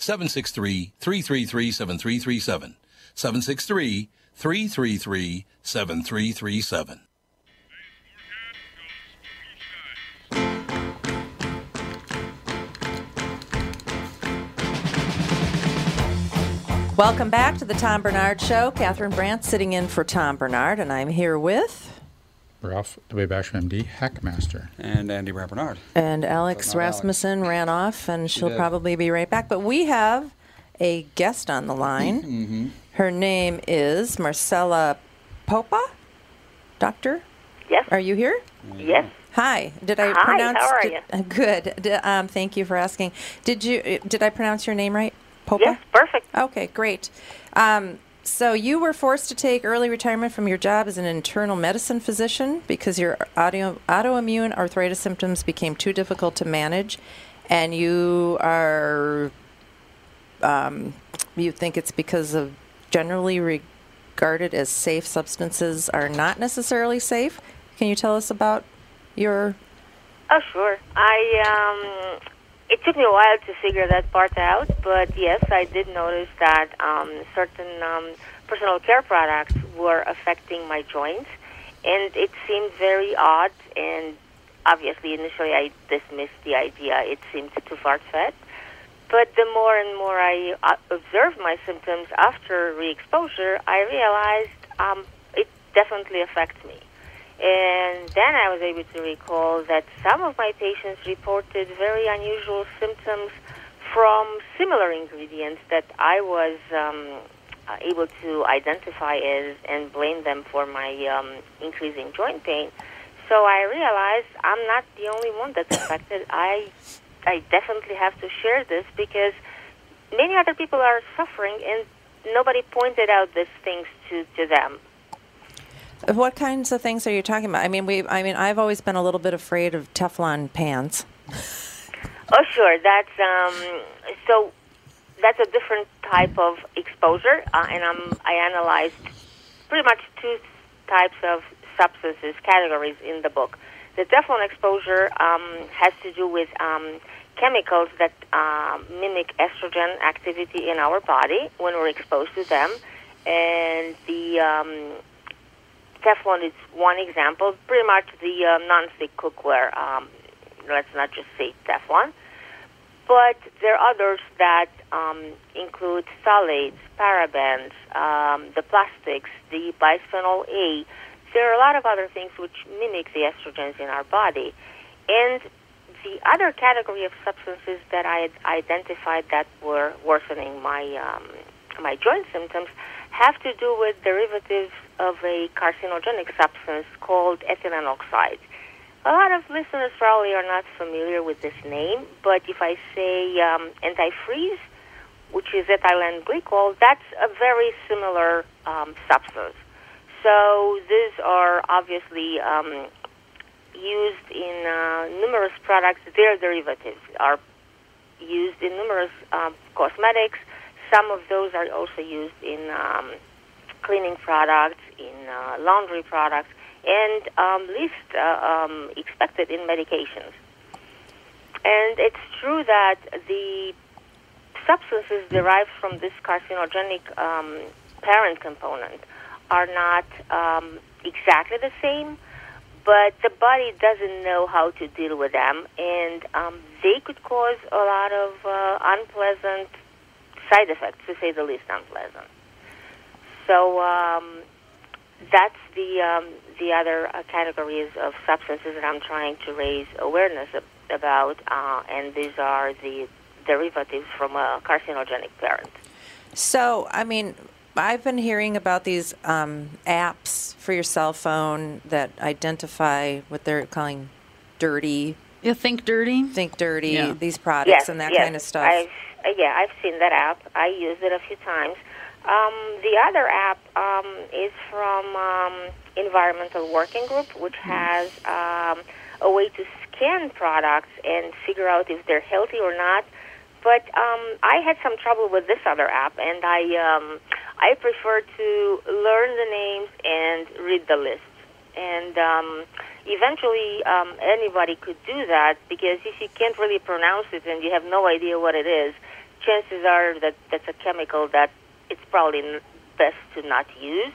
763-333-7337. 763-333-7337. Welcome back to the Tom Bernard Show. Catherine Brandt sitting in for Tom Bernard, and I'm here with Ralph W. Basham, MD, Hackmaster. And Andy Rappernard. and Alex Not Alex. Rasmussen ran off, and she'll did. probably be right back. But we have a guest on the <laughs> line. Her name is Marcella Popa. Doctor, Yes. are you here? Yes. Hi. Did I Hi, pronounce? how are did- you? uh, <laughs> Good. D- um, thank you for asking. Did you? uh, Did I pronounce your name right? Popa. Yes. Perfect. Okay, great. Um, so you were forced to take early retirement from your job as an internal medicine physician because your audio, autoimmune arthritis symptoms became too difficult to manage, and you are you think it's because of generally regarded as safe substances are not necessarily safe. Can you tell us about your? Oh, sure. I um, it took me a while to figure that part out, but yes, I did notice that um, certain um, personal care products were affecting my joints, and it seemed very odd. And obviously, initially, I dismissed the idea; it seemed too far-fetched. But the more and more I uh, observed my symptoms after re-exposure, I realized um, it definitely affects me. And then I was able to recall that some of my patients reported very unusual symptoms from similar ingredients that I was um, uh, able to identify as and blame them for my um, increasing joint pain. So I realized I'm not the only one that's affected. I I definitely have to share this because many other people are suffering and nobody pointed out these things to, to them. What kinds of things are you talking about? I mean, we. I mean, I've always been a little bit afraid of Teflon pans. Oh, sure. That's um, so. That's a different type of exposure, uh, and I'm, I analyzed pretty much two types of substances categories in the book. The Teflon exposure um, has to do with um, chemicals that um, mimic estrogen activity in our body when we're exposed to them, and the um, Teflon is one example. Pretty much the uh, non-stick cookware. Um, let's not just say Teflon, but there are others that um, include phthalates, parabens, um, the plastics, the bisphenol A. There are a lot of other things which mimic the estrogens in our body, and the other category of substances that I had identified that were worsening my um, my joint symptoms have to do with derivatives of a carcinogenic substance called ethylene oxide. A lot of listeners probably are not familiar with this name, but if I say um, antifreeze, which is ethylene glycol, that's a very similar um, substance. So these are obviously um, used in uh, numerous products. Their derivatives are used in numerous um, cosmetics. Some of those are also used in um, cleaning products, in uh, laundry products, and um, least uh, um, expected in medications. And it's true that the substances derived from this carcinogenic um, parent component are not um, exactly the same, but the body doesn't know how to deal with them, and um, they could cause a lot of uh, unpleasant side effects, to say the least, unpleasant. So um, that's the um, the other uh, categories of substances that I'm trying to raise awareness ab- about, uh, and these are the derivatives from a carcinogenic parent. So, I mean, I've been hearing about these um, apps for your cell phone that identify what they're calling dirty. You think dirty? Think dirty. Yeah. These products yes, and that yes. kind of stuff. I've, uh, yeah, I've seen that app. I used it a few times. Um, the other app um, is from um, Environmental Working Group, which has um, a way to scan products and figure out if they're healthy or not. But um, I had some trouble with this other app, and I um, I prefer to learn the names and read the list. And um, eventually, um, anybody could do that because if you can't really pronounce it and you have no idea what it is, chances are that that's a chemical that it's probably n- best to not use.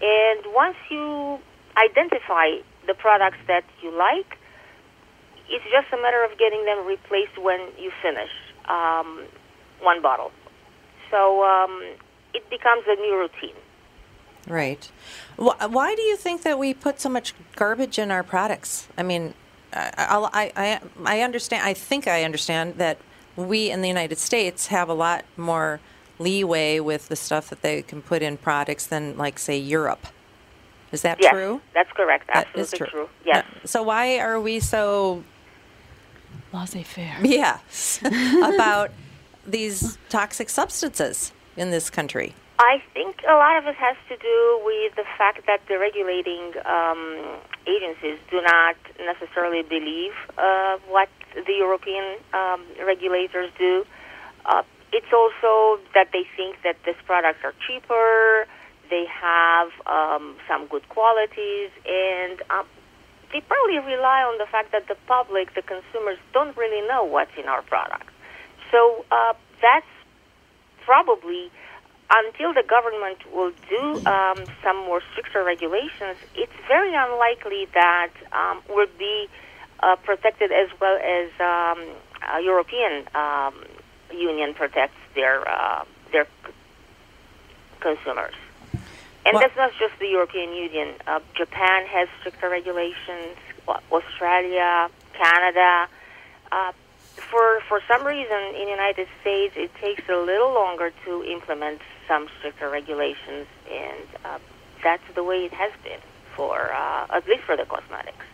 And once you identify the products that you like, it's just a matter of getting them replaced when you finish um, one bottle. So um, it becomes a new routine. Right. Wh- Why do you think that we put so much garbage in our products? I mean, I, I'll- I, I, I understand. I think I understand that we in the United States have a lot more leeway with the stuff that they can put in products than, like, say, Europe. Is that yes, true? That's correct. That Absolutely is true. Yes. Yeah. So why are we so Laissez faire. yeah <laughs> about these toxic substances in this country? I think a lot of it has to do with the fact that the regulating um, agencies do not necessarily believe uh, what the European um, regulators do. Uh, it's also that they think that these products are cheaper, they have um, some good qualities, and um, they probably rely on the fact that the public, the consumers, don't really know what's in our product. So uh, that's probably until the government will do um, some more stricter regulations, it's very unlikely that um, we'll be uh, protected as well as um, uh, European um, Union protects their uh, their c- consumers. And Well- that's not just the European Union. Uh, Japan has stricter regulations. Au- Australia, Canada. Uh, for for some reason in the United States it takes a little longer to implement some stricter regulations, and uh, that's the way it has been for uh, at least for the cosmetics.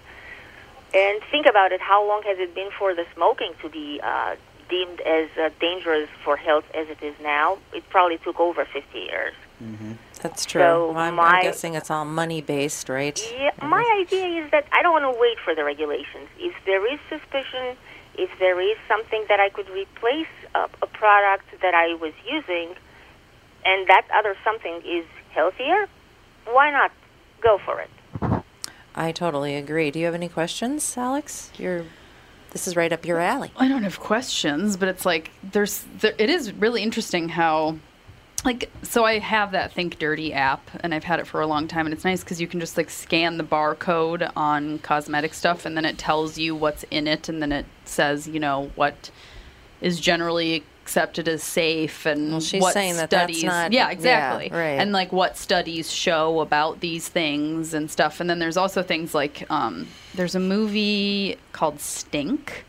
And think about it. How long has it been for the smoking to be uh, deemed as uh, dangerous for health as it is now? It probably took over 50 years. That's true. So Well, I'm, my- I'm guessing it's all money based, right? Yeah, my idea is that I don't want to wait for the regulations. If there is suspicion, if there is something that I could replace a, a product that I was using, and that other something is healthier, why not go for it? I totally agree. Do you have any questions, Alex? You're, this is right up your alley. I don't have questions, but it's like there's there, it is really interesting how like so I have that Think Dirty app and I've had it for a long time and it's nice cuz you can just like scan the barcode on cosmetic stuff and then it tells you what's in it and then it says, you know, what is generally accepted as safe and she's what saying that that's studies not- yeah yeah, exactly right. and like what studies show about these things and stuff and then there's also things like um, there's a movie called stink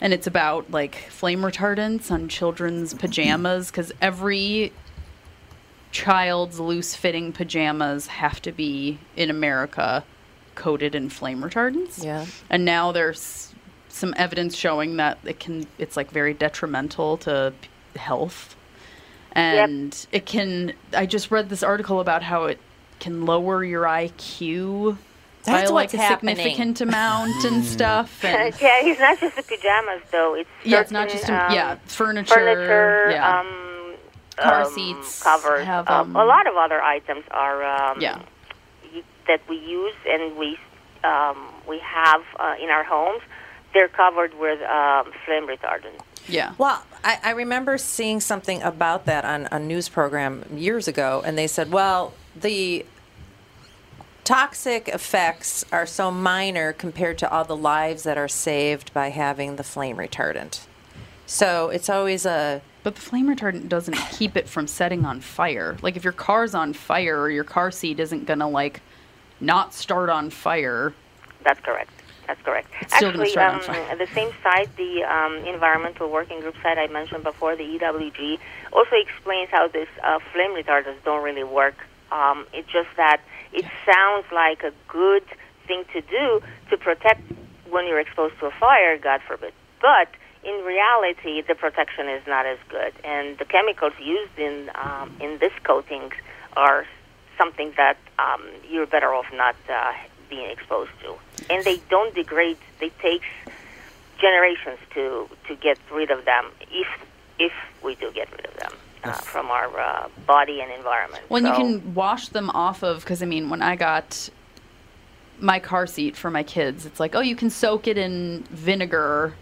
and it's about like flame retardants on children's pajamas because every child's loose fitting pajamas have to be in America coated in flame retardants. Yeah. And now there's some evidence showing that it can it's like very detrimental to p- health. And it can I just read this article about how it can lower your IQ That's by like what's a happening. significant amount and <laughs> stuff. And yeah, it's not just the pajamas though. It's yeah, it's not certain, just um, yeah, furniture, furniture, yeah. um, Car um, seats covers. have, um, um, a lot of other items are um, yeah. y- that we use and we um, we have uh, in our homes. They're covered with um, flame retardant. Yeah. Well, I, I remember seeing something about that on a news program years ago, and they said, well, the toxic effects are so minor compared to all the lives that are saved by having the flame retardant. So it's always a. But the flame retardant doesn't <coughs> keep it from setting on fire. Like if your car's on fire or your car seat isn't gonna like not start on fire. That's correct. That's correct. It's still gonna Actually, start on um, fire. the same site, the um, environmental working group site I mentioned before, the EWG, also explains how this uh, flame retardants don't really work. Um, it's just that it sounds like a good thing to do to protect when you're exposed to a fire, God forbid. But in reality, the protection is not as good, and the chemicals used in um, in this coatings are something that um, you're better off not uh, being exposed to. And they don't degrade. They take generations to to get rid of them if if we do get rid of them uh, from our uh, body and environment. When you So- can wash them off of, because I mean, when I got my car seat for my kids, it's like, oh, you can soak it in vinegar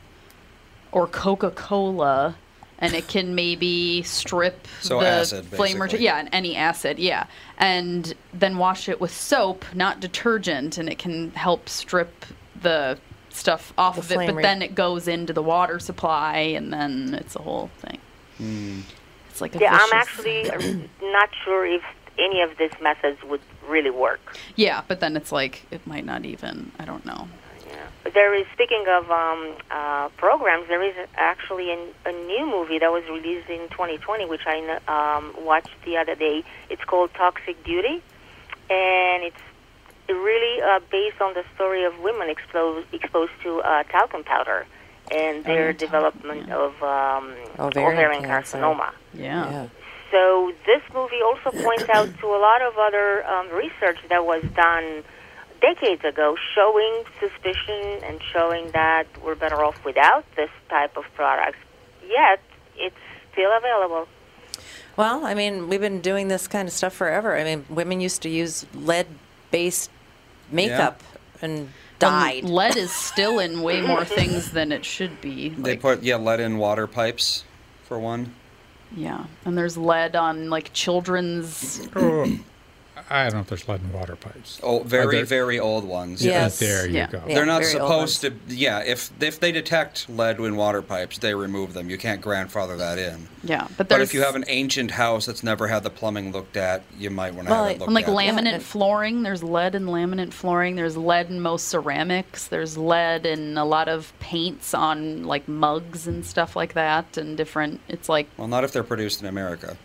or Coca Cola, and it can maybe strip So the acid, flame retar- basically. Yeah, and any acid, yeah, and then wash it with soap, not detergent, and it can help strip the stuff off The of it. flame But re- then it goes into the water supply, and then it's a whole thing. Hmm. It's like a yeah, I'm vicious- actually uh, not sure if any of these methods would really work. Yeah, but then it's like it might not even. I don't know. There is, speaking of um, uh, programs, there is actually an, a new movie that was released in 2020, which I kn- um, watched the other day. It's called Toxic Beauty, and it's really uh, based on the story of women exposed exposed to uh, talcum powder and their talcum, development of um, Ovarian cancer. carcinoma. Yeah. So this movie also points out to a lot of other um, research that was done decades ago, showing suspicion and showing that we're better off without this type of products. Yet it's still available. Well, I mean, we've been doing this kind of stuff forever. I mean, women used to use lead based makeup and died. Um, lead is still in way more things than it should be. They Like, put yeah lead in water pipes, for one. yeah, and there's lead on like children's. I don't know if there's lead in water pipes. Oh, very there- very old ones. Yeah. Yes. There you Yeah. go. Yeah. They're not very old supposed to. Yeah, if if they detect lead in water pipes, they remove them. You can't grandfather that in. Yeah, but But there's if you have an ancient house that's never had the plumbing looked at, you might want to Well, have it I- looked and like at. laminate and- flooring, there's lead in laminate flooring. There's lead in most ceramics. There's lead in a lot of paints on like mugs and stuff like that, and different. It's like well, not if they're produced in America.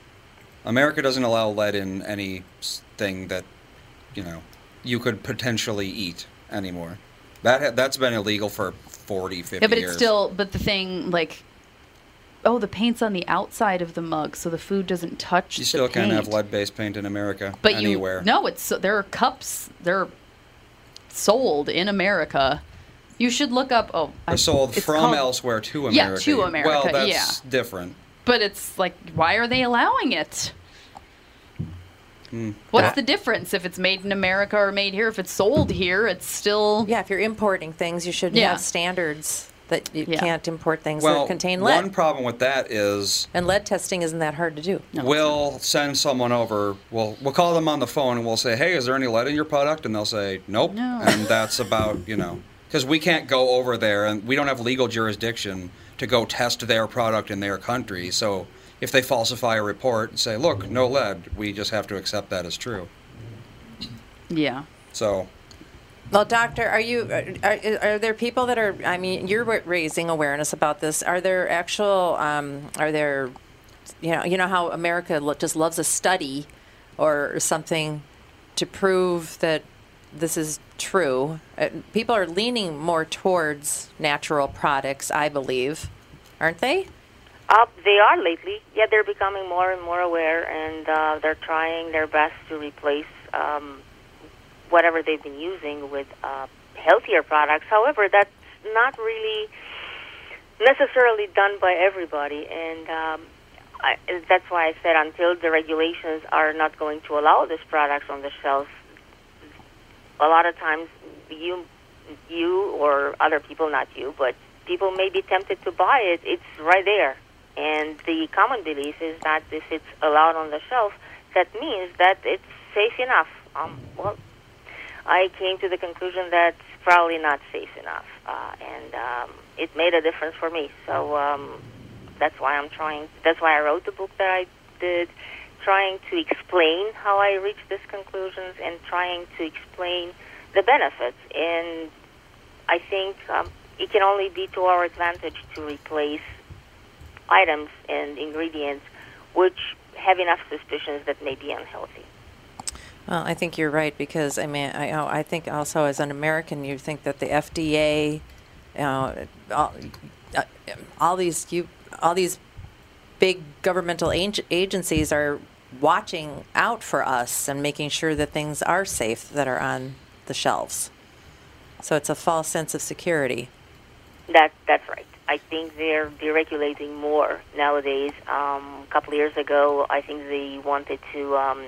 America doesn't allow lead in anything that, you know, you could potentially eat anymore. That ha- that's been illegal for 40, 50 Yeah, but years. it's still. But the thing, like, oh, the paint's on the outside of the mug, so the food doesn't touch. you the still can't have paint. lead-based paint in America But anywhere. you no, it's so- there are cups. They're sold in America. You should look up. Oh, I- They're sold it's from called- elsewhere to Yeah, America. to America, Well, that's yeah. different. But it's like, why are they allowing it? Hmm. What's That- the difference if it's made in America or made here? If it's sold here, it's still yeah. If you're importing things, you should Yeah. have standards that you can't import things well, that contain lead. one problem with that is and lead testing isn't that hard to do. we'll send someone over. We'll we'll call them on the phone and we'll say, "Hey, is there any lead in your product?" And they'll say, "Nope." No. And that's about you know because we can't go over there and we don't have legal jurisdiction to go test their product in their country. So if they falsify a report and say, "Look, no lead," we just have to accept that as true. yeah. So Well, doctor, are you are, are there people that are? I mean, you're ra- raising awareness about this. Are there actual? Um, are there? You know, you know how America lo- just loves a study or something to prove that this is true. Uh, people are leaning more towards natural products, I believe, aren't they? Up, they are lately. Yeah, they're becoming more and more aware, and uh, they're trying their best to replace um, whatever they've been using with uh, healthier products. However, that's not really necessarily done by everybody, and um, I, that's why I said until the regulations are not going to allow these products on the shelves, a lot of times you, you or other people, not you, but people may be tempted to buy it. It's right there. And the common belief is that if it's allowed on the shelf, that means that it's safe enough. Um, well, I came to the conclusion that it's probably not safe enough, uh, and um, it made a difference for me. So um, that's why I'm trying. That's why I wrote the book that I did, trying to explain how I reached these conclusions and trying to explain the benefits. And I think um, it can only be to our advantage to replace items and ingredients which have enough suspicions that may be unhealthy. Well, I think you're right because I mean, I, oh, I think also as an American, you think that the FDA, uh, all, uh, all these you, all these big governmental ag- agencies are watching out for us and making sure that things are safe that are on the shelves. So it's a false sense of security. That that's right. I think they're deregulating more nowadays. Um, a couple years ago, I think they wanted to um,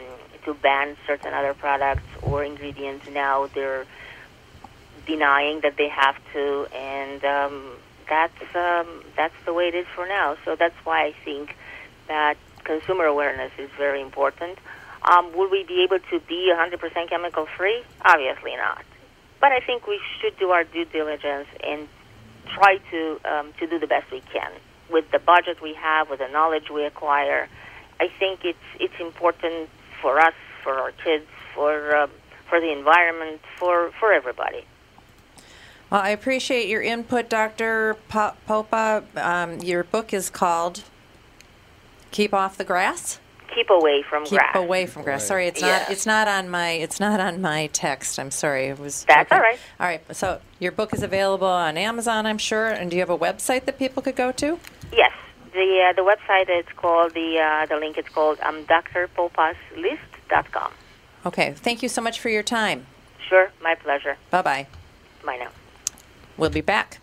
to ban certain other products or ingredients. Now they're denying that they have to, and um, that's um, that's the way it is for now. So that's why I think that consumer awareness is very important. Um, would we be able to be 100% chemical free? Obviously not. But I think we should do our due diligence and try to um, to do the best we can with the budget we have, with the knowledge we acquire. I think it's it's important for us, for our kids, for um, for the environment, for for everybody. Well, I appreciate your input, Dr. Po- Popa. Um, your book is called "Keep Off the Grass." Keep away from Keep grass. away from grass. Sorry, it's not. Yeah. It's not on my. It's not on my text. I'm sorry. It was. That's okay. all right. All right. So your book is available on Amazon, I'm sure. And do you have a website that people could go to? Yes, the uh, the website is called the uh, the link is called um, drpopaslist.com. Okay. Thank you so much for your time. Sure, my pleasure. Bye bye. Bye now. We'll be back.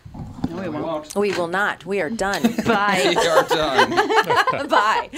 No, we won't. <laughs> We will not. We are done. Bye. we are done. Bye.